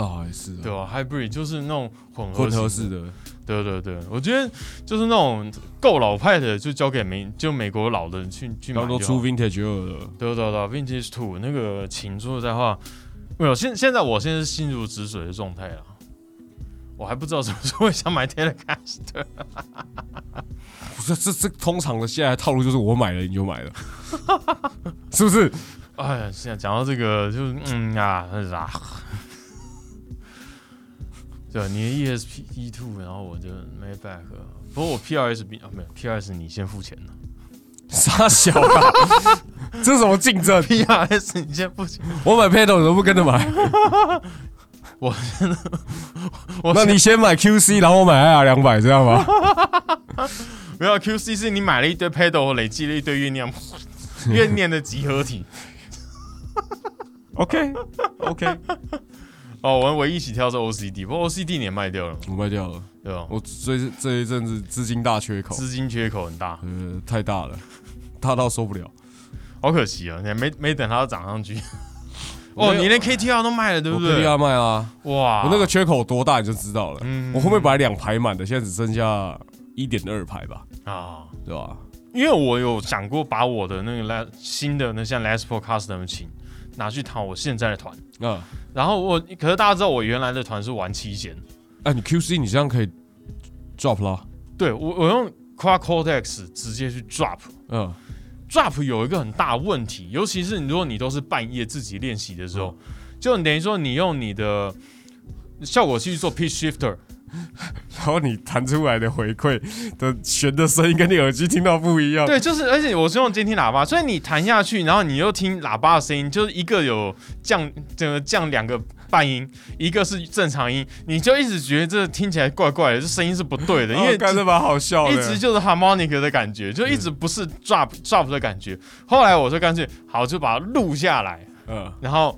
C: 啊，也是
B: 对
C: 的，
B: 啊，hybrid 就是那种混合
C: 混合
B: 型
C: 式
B: 的，
C: 的。
B: 对对对，我觉得就是那种够老派的，就交给美就美国老的人去去
C: 然
B: 买
C: 后都
B: 就好
C: 出 Vintage 二了，
B: 对对对，Vintage Two 那个琴说实在话，没有现现在我现在是心如止水的状态啊，我还不知道什么时候会想买 Telecaster。
C: 不是这这通常的现在的套路就是我买了你就
B: (laughs)
C: 买了，是不是？
B: (laughs) 哎呀，现在讲到这个就是嗯啊，那啥， (laughs) 对，你的 ESP E Two，然后我就 Maybach，不过我 PRSB 啊没有 PRS 你先付 (laughs) 钱了
C: 傻小
B: (laughs)
C: 啊，这是什么竞争？
B: ，PRS 你先付钱，
C: 我买 Pedal 都不跟着买，
B: 我我
C: 那你先买 QC，然后我买 IR 两百，这样吗？
B: 没有 QC 是你买了一堆 pedal，累积了一堆怨 (laughs) 念，怨念的集合体。
C: OK OK，
B: 哦，我们唯一一起挑是 OCD，不过 OCD 你也卖掉了嘛，
C: 我卖掉了。
B: 对吧？
C: 我最这一阵子资金大缺口，
B: 资金缺口很大，
C: 呃，太大了，大到受不了。
B: 好可惜啊！你还没没等它涨上去。
C: (laughs) 我
B: 哦，
C: 没有
B: 你连 KTR 都卖了，对
C: 我
B: 不
C: K
B: 对
C: D？R 卖啦，
B: 哇，
C: 啊我那个缺口多大你就知道了。
B: 嗯
C: 我后面本来两排满的，现在只剩下一点二排吧，
B: 啊，
C: 对吧？
B: 因为我有想过把我的那个来新的那像 Les Paul Custom 的琴拿去弹我现在的团，
C: 啊，
B: 然后我可是大家知道我原来的团是玩七弦，
C: 哎，你 QC 你这样可以 drop 啦，
B: 对我我用 Quad Cortex 直接去 drop。
C: 嗯，
B: drop 有一个很大问题，尤其是如果你都是半夜自己练习的时候，
C: 嗯
B: 就你等于说你用你的效果器去做 pitch shifter，
C: 然后你弹出来的回馈的弦的声音跟你耳机听到不一样，
B: 对，就是而且我是用监听喇叭，所以你弹下去，然后你又听喇叭的声音，就是一个有降这个降两个半音，一个是正常音，你就一直觉得这听起来怪怪的，这声音是不对的，因为
C: 哦干这蛮好笑的，
B: 一直就是 harmonic 的感觉，就一
C: 嗯
B: 直不是 drop drop 的感觉。后来我就干脆好就把它录下来，
C: 嗯，
B: 然后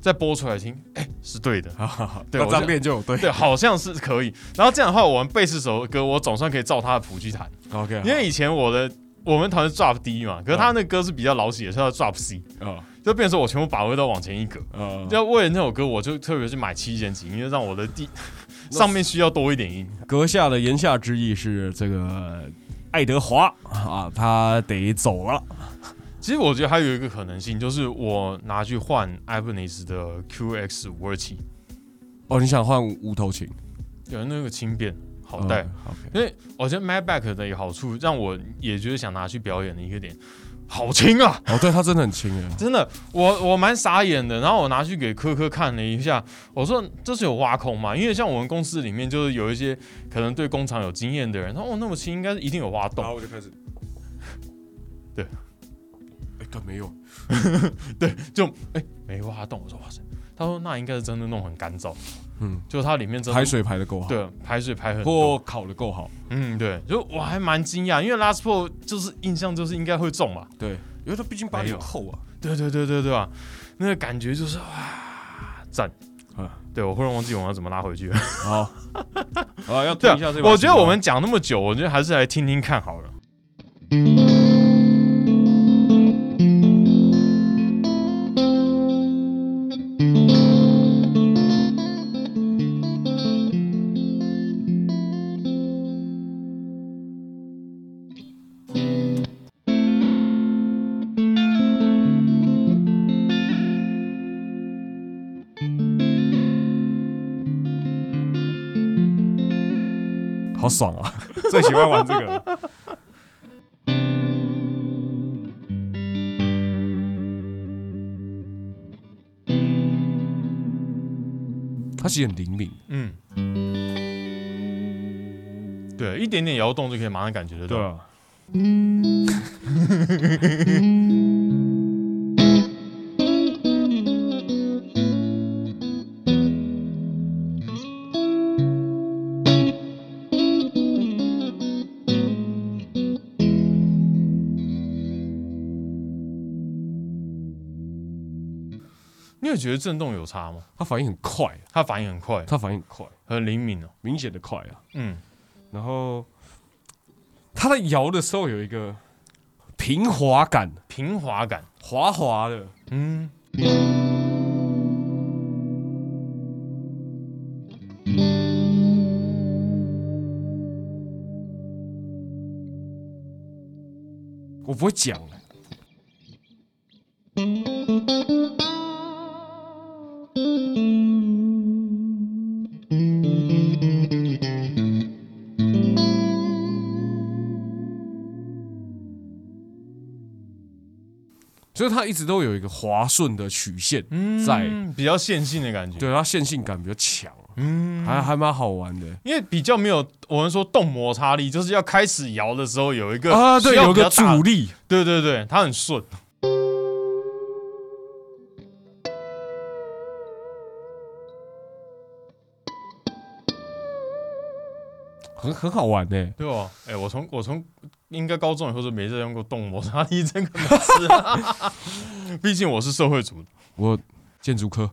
B: 再播出来听，哎、是对的， (laughs) 对
C: 那
B: 我
C: 张
B: 就
C: 练就有对
B: 对，啊好像是可以。然后这样的话，我们贝斯手的歌我总算可以照他的谱去弹，
C: ，OK，
B: 因为以前我的我们团是 drop D 嘛，可是他那歌是比较老写，是要 drop C，
C: 啊
B: 就变成说我全部把握到往前一格。
C: 啊，
B: 要为了那首歌，我就特别去买七弦琴，因为让我的第上面需要多一点音。
C: 阁下的言下之意是这个爱德华啊，他得走了，
B: 其实我觉得还有一个可能性，就是我拿去换 Ibanez 的 QX 五二七，
C: 哦，你想换无头琴？
B: 有那个轻便好带。
C: 嗯，OK，
B: 因为我觉得 Maybach 的一个好处，让我也觉得想拿去表演的一个点，好轻啊！
C: 哦，对，他真的很轻哎，
B: 真的，我我蛮傻眼的。然后我拿去给科科看了一下，我说这是有挖空吗？因为像我们公司里面就是有一些可能对工厂有经验的人，他说哦那么轻应该是一定有挖洞。
C: 后我就开始，
B: 对，
C: 哎，干没有，
B: 对，就哎、没挖洞。我说哇塞，他说那应该是真的弄很干燥，
C: 嗯，
B: 就它里面真的
C: 排水排的够好，
B: 对排水排很多。
C: 或烤的够好，
B: 嗯，对，就我还蛮惊讶，因为 Last p o 就是印象就是应该会中嘛。
C: 对，因为它毕竟
B: 没有
C: 厚啊，
B: 对对对对对吧？那个感觉就是哇，赞
C: 嗯！
B: 对我忽然忘记我要怎么拉回
C: (laughs)
B: 去了。
C: 好，啊，要
B: 对
C: 听
B: 啊
C: 一下这，把
B: 我觉得
C: 琴
B: 我们讲那么久，我觉得还是来听听看好了。
C: 好爽啊！ (laughs) 最喜欢玩这个了。它其实很灵敏，
B: 嗯，对，一点点摇动就可以马上感觉得到。
C: 啊。
B: 你有觉得震动有差吗？
C: 它反应很快，啊
B: 它反应很快，
C: 它反应很快，
B: 很灵敏哦。
C: 明显的快啊。
B: 嗯，
C: 然后它在摇的时候有一个平滑感，
B: 平滑感。
C: 滑滑的，
B: 嗯，
C: 我不会讲欸、就是它一直都有一个滑顺的曲线在，
B: 嗯比较线性的感觉。，
C: 对它线性感比较强，
B: 嗯，
C: 还还蛮好玩的。
B: 因为比较没有我们说动摩擦力，就是要开始摇的时候有一个
C: 啊，对，
B: 需要
C: 有
B: 比较
C: 个
B: 大
C: 阻力，
B: 对对对，它很顺。
C: 很很好玩欸呢、
B: 对哦，哎、我从我从应该高中以后就没再用过动摩擦力这个名词、啊， (laughs) 毕竟我是社会主义。
C: 我建筑科，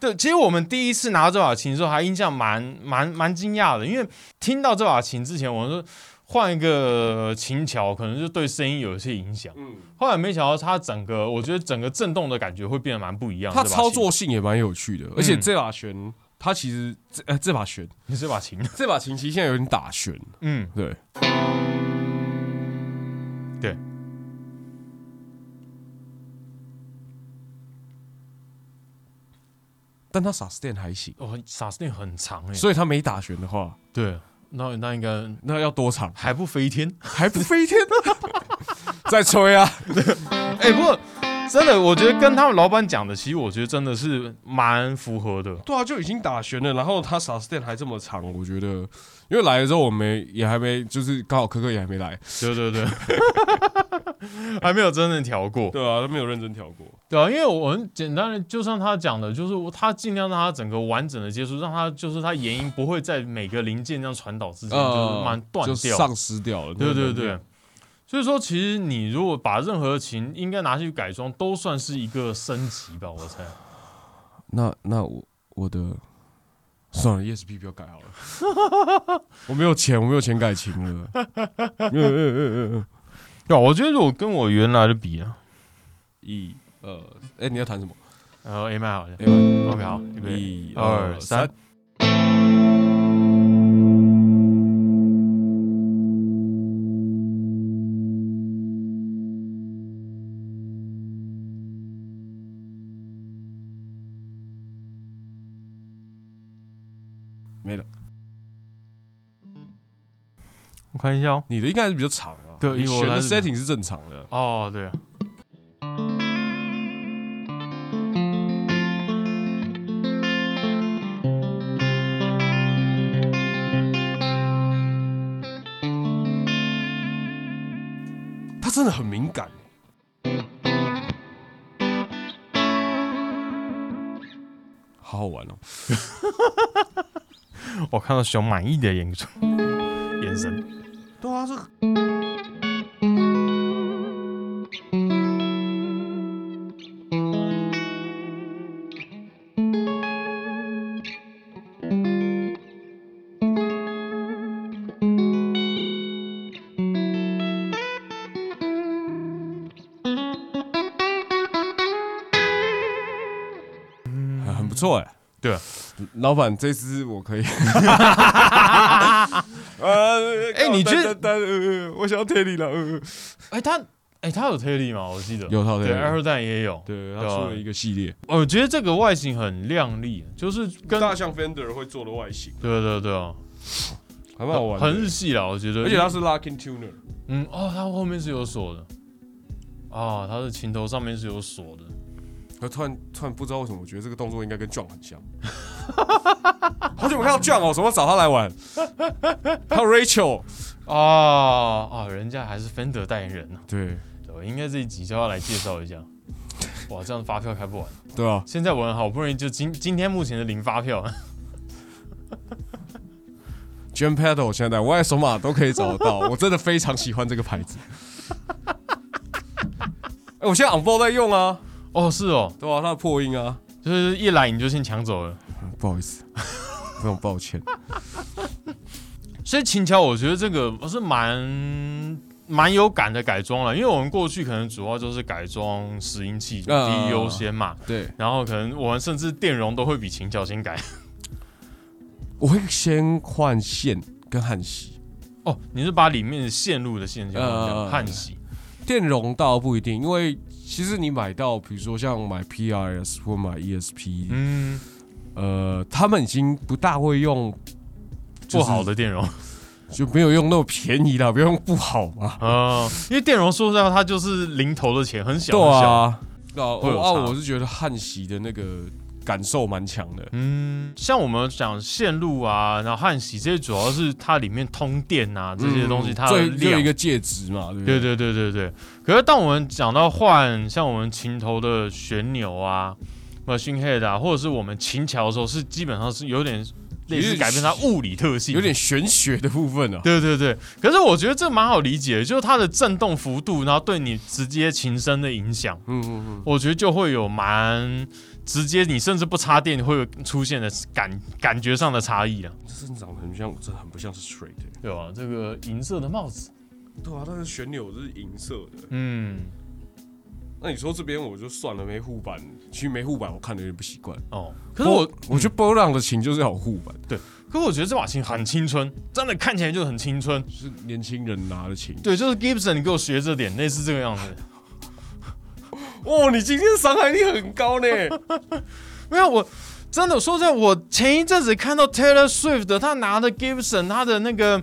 B: 对，其实我们第一次拿到这把琴的时候，还印象蛮蛮蛮惊讶的，因为听到这把琴之前，我说换一个琴桥，可能就对声音有一些影响。
C: 嗯，
B: 后来没想到它整个，我觉得整个震动的感觉会变得蛮不一样的。
C: 它
B: 这把
C: 操
B: 琴嗯
C: 作性也蛮有趣的，而且这把弦，它其实这呃这把弦，
B: 你这把琴，
C: 这把琴其实现在有点打旋，
B: 嗯，
C: 对，
B: 对，
C: 但它萨斯电还行，
B: 哦，萨斯顿很长哎、
C: 所以它没打旋的话，
B: 对，那那应该
C: 那要多长？
B: 还不飞天。
C: 还不飞天呢？ (laughs) 再吹啊！
B: 哎、不过真的，我觉得跟他们老板讲的，其实我觉得真的是蛮符合的。
C: 对啊，就已经打旋了，然后他傻 s t 还这么长，我觉得，因为来了之后我没也还没，就是刚好科科也还没来，
B: 对对 (laughs) 对，还没有真正调过。
C: 对啊，他没有认真调过，
B: 对啊，因为我很简单的，就像他讲的，就是我他尽量让他整个完整的接触，让他就是他延音不会在每个零件这样传导之间、呃就是蛮断
C: 呃就
B: 掉。
C: 丧失掉了，
B: 对对对，，所以说其实你如果把任何琴应该拿去改装，都算是一个升级吧，我猜。
C: 那那我我的算了，ESP 不要改好了， (laughs) 我没有钱，我没有钱改琴 (laughs) 了，嗯嗯嗯嗯嗯，
B: 对、啊，我觉得如果跟我原来的比啊，
C: 一呃，哎，你要弹什么？
B: 呃，A 麦好像
C: 哎我
B: OK 好，预备
C: 一
B: 二三。
C: 没了，
B: 我看一下哦。
C: 你的应该是比较长啊，
B: 对
C: 你
B: 因为我
C: 选的
B: 来自
C: setting 是正常的，
B: 哦，对、啊，
C: 它真的很敏感。好好玩哦！
B: 我看到熊满意的眼神， (laughs) 眼 (laughs) 神。
C: 对啊，这很很不错哎。
B: 对啊，
C: 老板，这支我 (laughs) 可以。呃，
B: 哎你觉得
C: 哎得？呃我想要贴你了。呃
B: 哎，他，哎、哎，它有推力吗？我记得
C: 有它有推力
B: 对，二号蛋也有。
C: 对，它
B: 对啊
C: 出了一个系列，
B: 哦我觉得这个外形很亮丽，就是跟
C: 大象 Fender 会做的外形，
B: 对对对啊，
C: 还蛮好玩的。
B: 很日系啦，我觉得。
C: 而且它是 Locking Tuner，
B: 嗯哦，它后面是有锁的。啊，它的琴头上面是有锁的。
C: 我突然突然不知道为什么，我觉得这个动作应该跟 John 很 (laughs) 像。好久没看到 John 哦，什么时候找他来 (laughs) 玩？还有 Rachel，
B: 啊啊，人家还是 Fender 代言人呢、
C: 对
B: 对，我应该这一集就要来介绍一下。 (laughs) 哇，这样发票开不完。
C: 对啊，
B: 现在我很好不容易就今今天目前的零发票，
C: j a m Pedal 现在我也手码都可以找得 (laughs) 到，我真的非常喜欢这个牌子。哎、我现在 Unfold 在用啊，
B: 哦是哦，
C: 对吧、啊？它的破音啊，
B: 就是一来你就先抢走了。
C: 不好意思，非常抱歉。
B: 所以琴桥，我觉得这个是蛮蛮有感的改装了，因为我们过去可能主要就是改装拾音器
C: 嗯
B: 第一优先嘛，
C: (laughs) 对，
B: 然后可能我们甚至电容都会比琴桥先改。 (laughs)
C: 我会先换线跟焊锡，
B: 哦，你是把里面的线路的线先换掉
C: 嗯
B: 焊锡，
C: 电容倒不一定，因为其实你买到，比如说像买 PRS 或买 ESP，、
B: 嗯，
C: 呃，他们已经不大会用
B: 不好的电容
C: 就没有用那么便宜啦，不要用不好嘛。
B: 啊，因为电容说实在话，它就是零头的钱，很小
C: 对
B: 很小，
C: 啊，哦
B: 会有
C: 啊，
B: 差
C: 我是觉得焊锡的那个感受蛮强的。
B: 嗯，像我们讲线路啊，然后焊锡这些，主要是它里面通电啊这些东西，它的
C: 嗯最又
B: 量啊
C: 一个介质嘛，对不
B: 对
C: 对？
B: 对对对对。可是当我们讲到换像我们琴头的旋钮啊、machine head 啊，或者是我们琴桥的时候，是基本上是有点类似改变它物理特性，
C: 有点。玄学的部分啊。
B: 对对对，可是我觉得这蛮好理解的，就是它的震动幅度，然后对你直接琴声的影响，
C: 嗯嗯嗯，
B: 我觉得就会有蛮直接，你甚至不插电会有出现的感感觉上的差异啊，
C: 这真的长得很像，真的很不像是 straight 欸。
B: 对吧？这个银色的帽子，
C: 对啊，但是旋钮是银色的。
B: 嗯，
C: 那你说这边我就算了，没护板，其实没护板我看的有点不习惯。
B: 哦，可是我
C: 我嗯觉得波浪的琴就是要有护板，
B: 可我觉得这把琴很青春，真的看起来就很青春。
C: 就是年轻人拿的琴。
B: 对，就是 Gibson，你给我学着点，类似这个样子。 (laughs)
C: 哦，你今天伤害力很高呢。
B: 没有，我真的说实在，我前一阵子看到 Taylor Swift 的，他拿的 Gibson，他的那个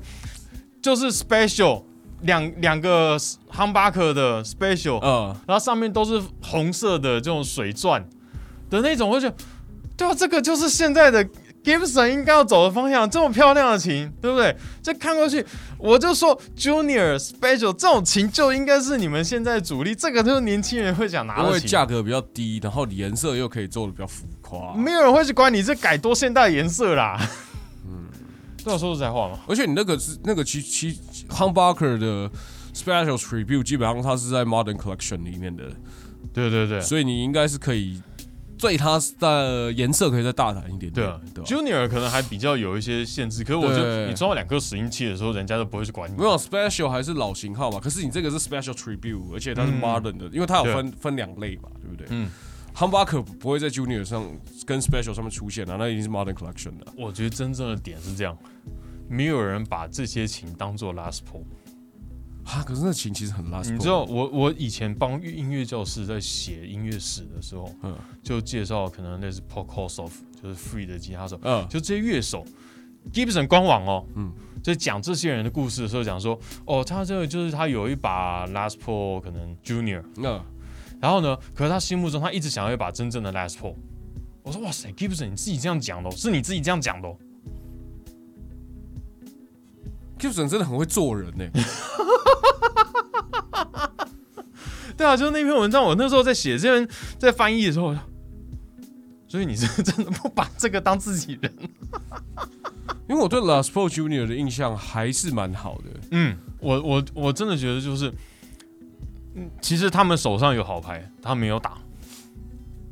B: 就是 Special 两两个 humbucker 的 Special，、
C: (laughs) 嗯，
B: 然后上面都是红色的这种水钻的那种，我就觉得，对啊，这个就是现在的 Gibson 应该要走的方向，这么漂亮的琴，对不对？这看过去，我就说 Junior Special 这种琴就应该是你们现在主力，这个就是年轻人会想拿
C: 因
B: 的
C: 为
B: 琴。
C: 价格比较低，然后颜色又可以做的比较浮夸，
B: 没有人会去管你这改多现代颜色啦。嗯， (laughs) 这我说实在话嘛，
C: 而且你那个是那个其其 Humbucker 的 Special Tribute，基本上它是在 Modern Collection 里面的，
B: 对对对，
C: 所以你应该是可以对它的颜色可以再大胆一点点，
B: 对啊
C: 对吧
B: ，Junior 可能还比较有一些限制，可是我觉得
C: 对
B: 你装到两颗拾音器的时候，人家都不会去管你
C: 没。有啊 Special 还是老型号嘛，可是你这个是 Special Tribute，而且它是 Modern 的，因为它有分分两类嘛，对不对？
B: 嗯
C: 嗯。Humbucker 不会在 Junior 上跟 Special 上面出现啊，那一定是 Modern Collection 的啊、
B: 我觉得真正的点是这样，没有人把这些琴当做 last pull。
C: 啊。可是那琴其实很拉，
B: 你知道，我我以前帮音乐教室在写音乐史的时候，
C: 嗯
B: 就介绍可能类似 Paul k o s o f 就是 Free 的吉他手，
C: 嗯，
B: 就这些乐手，Gibson 官网哦，嗯
C: 嗯，
B: 就讲这些人的故事的时候，讲说，哦，他这个就是他有一把 last pull 可能 Junior，
C: 那
B: 然后呢，可是他心目中他一直想要一把真正的 last pull。我说哇塞，Gibson 你自己这样讲的、哦，是你自己这样讲的、哦。
C: Gibson 真的很会做人呢、
B: 对啊，就是那篇文章，我那时候在写这篇在翻译的时候，我就所以你是真的不把这个当自己人？
C: 因为我对 Last Pro Junior 的印象还是蛮好的。
B: 嗯，我我我真的觉得就是，嗯，其实他们手上有好牌，他没有打。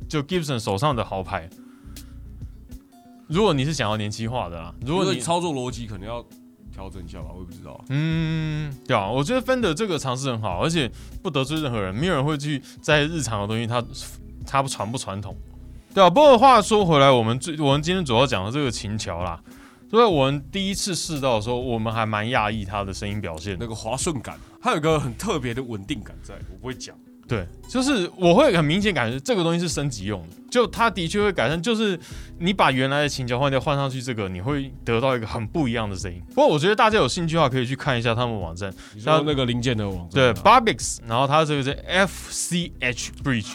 B: 就 Gibson 手上的好牌，如果你是想要年轻化的啦，如
C: 如
B: 果
C: 果
B: 你
C: 你操作逻辑可能要调整一下吧，我也不知道。
B: 嗯，对啊，我觉得 Fender 这个尝试很好，而且不得罪任何人，没有人会去在意日常的东西它它传不传统，对啊。不过话说回来，我们最我们今天主要讲的这个琴桥啦，所以我们第一次试到的时候，我们还蛮讶异它的声音表现的
C: 那。个滑顺感，它有一个很特别的稳定感在，我不会讲。
B: 对，就是我会很明显感觉这个东西是升级用的，就它的确会改善，就是你把原来的琴桥换掉，换上去这个，你会得到一个很不一样的声音。不过我觉得大家有兴趣的话，可以去看一下他们网站，
C: 你说那个零件的网站
B: 对
C: 啊，
B: Barbix，然后它这个是 FCH Bridge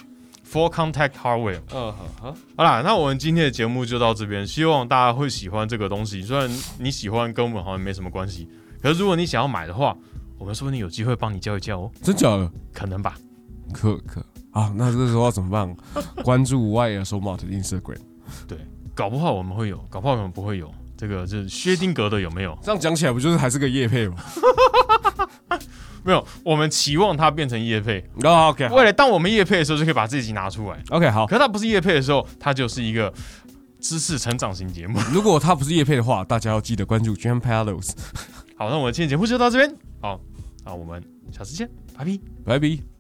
B: Full Contact Hardware。
C: 嗯好好，
B: 好啦，那我们今天的节目就到这边，希望大家会喜欢这个东西。虽然你喜欢跟我们好像没什么关系，可是如果你想要买的话，我们说不定有机会帮你教一教哦，
C: 真假的？
B: 可能吧。
C: 可可啊，那这个时候要怎么办？ (laughs) 关注 Y S O Mart 的 Instagram。
B: 对，搞不好我们会有，搞不好我们不会有。这个就是薛定谔的有没有？
C: 这样讲起来不就是还是个叶配吗？
B: 没有，我们期望它变成叶配。
C: 啊，OK
B: 未来当我们叶配的时候，就可以把自己拿出来。
C: OK 好。
B: 可它不是叶配的时候，它就是一个知识成长型节目。
C: 如果它不是叶配的话，大家要记得关注 Jam Palace。
B: 好，那我们今天节目就到这边。好，那我们下次见，拜拜。
C: 拜拜。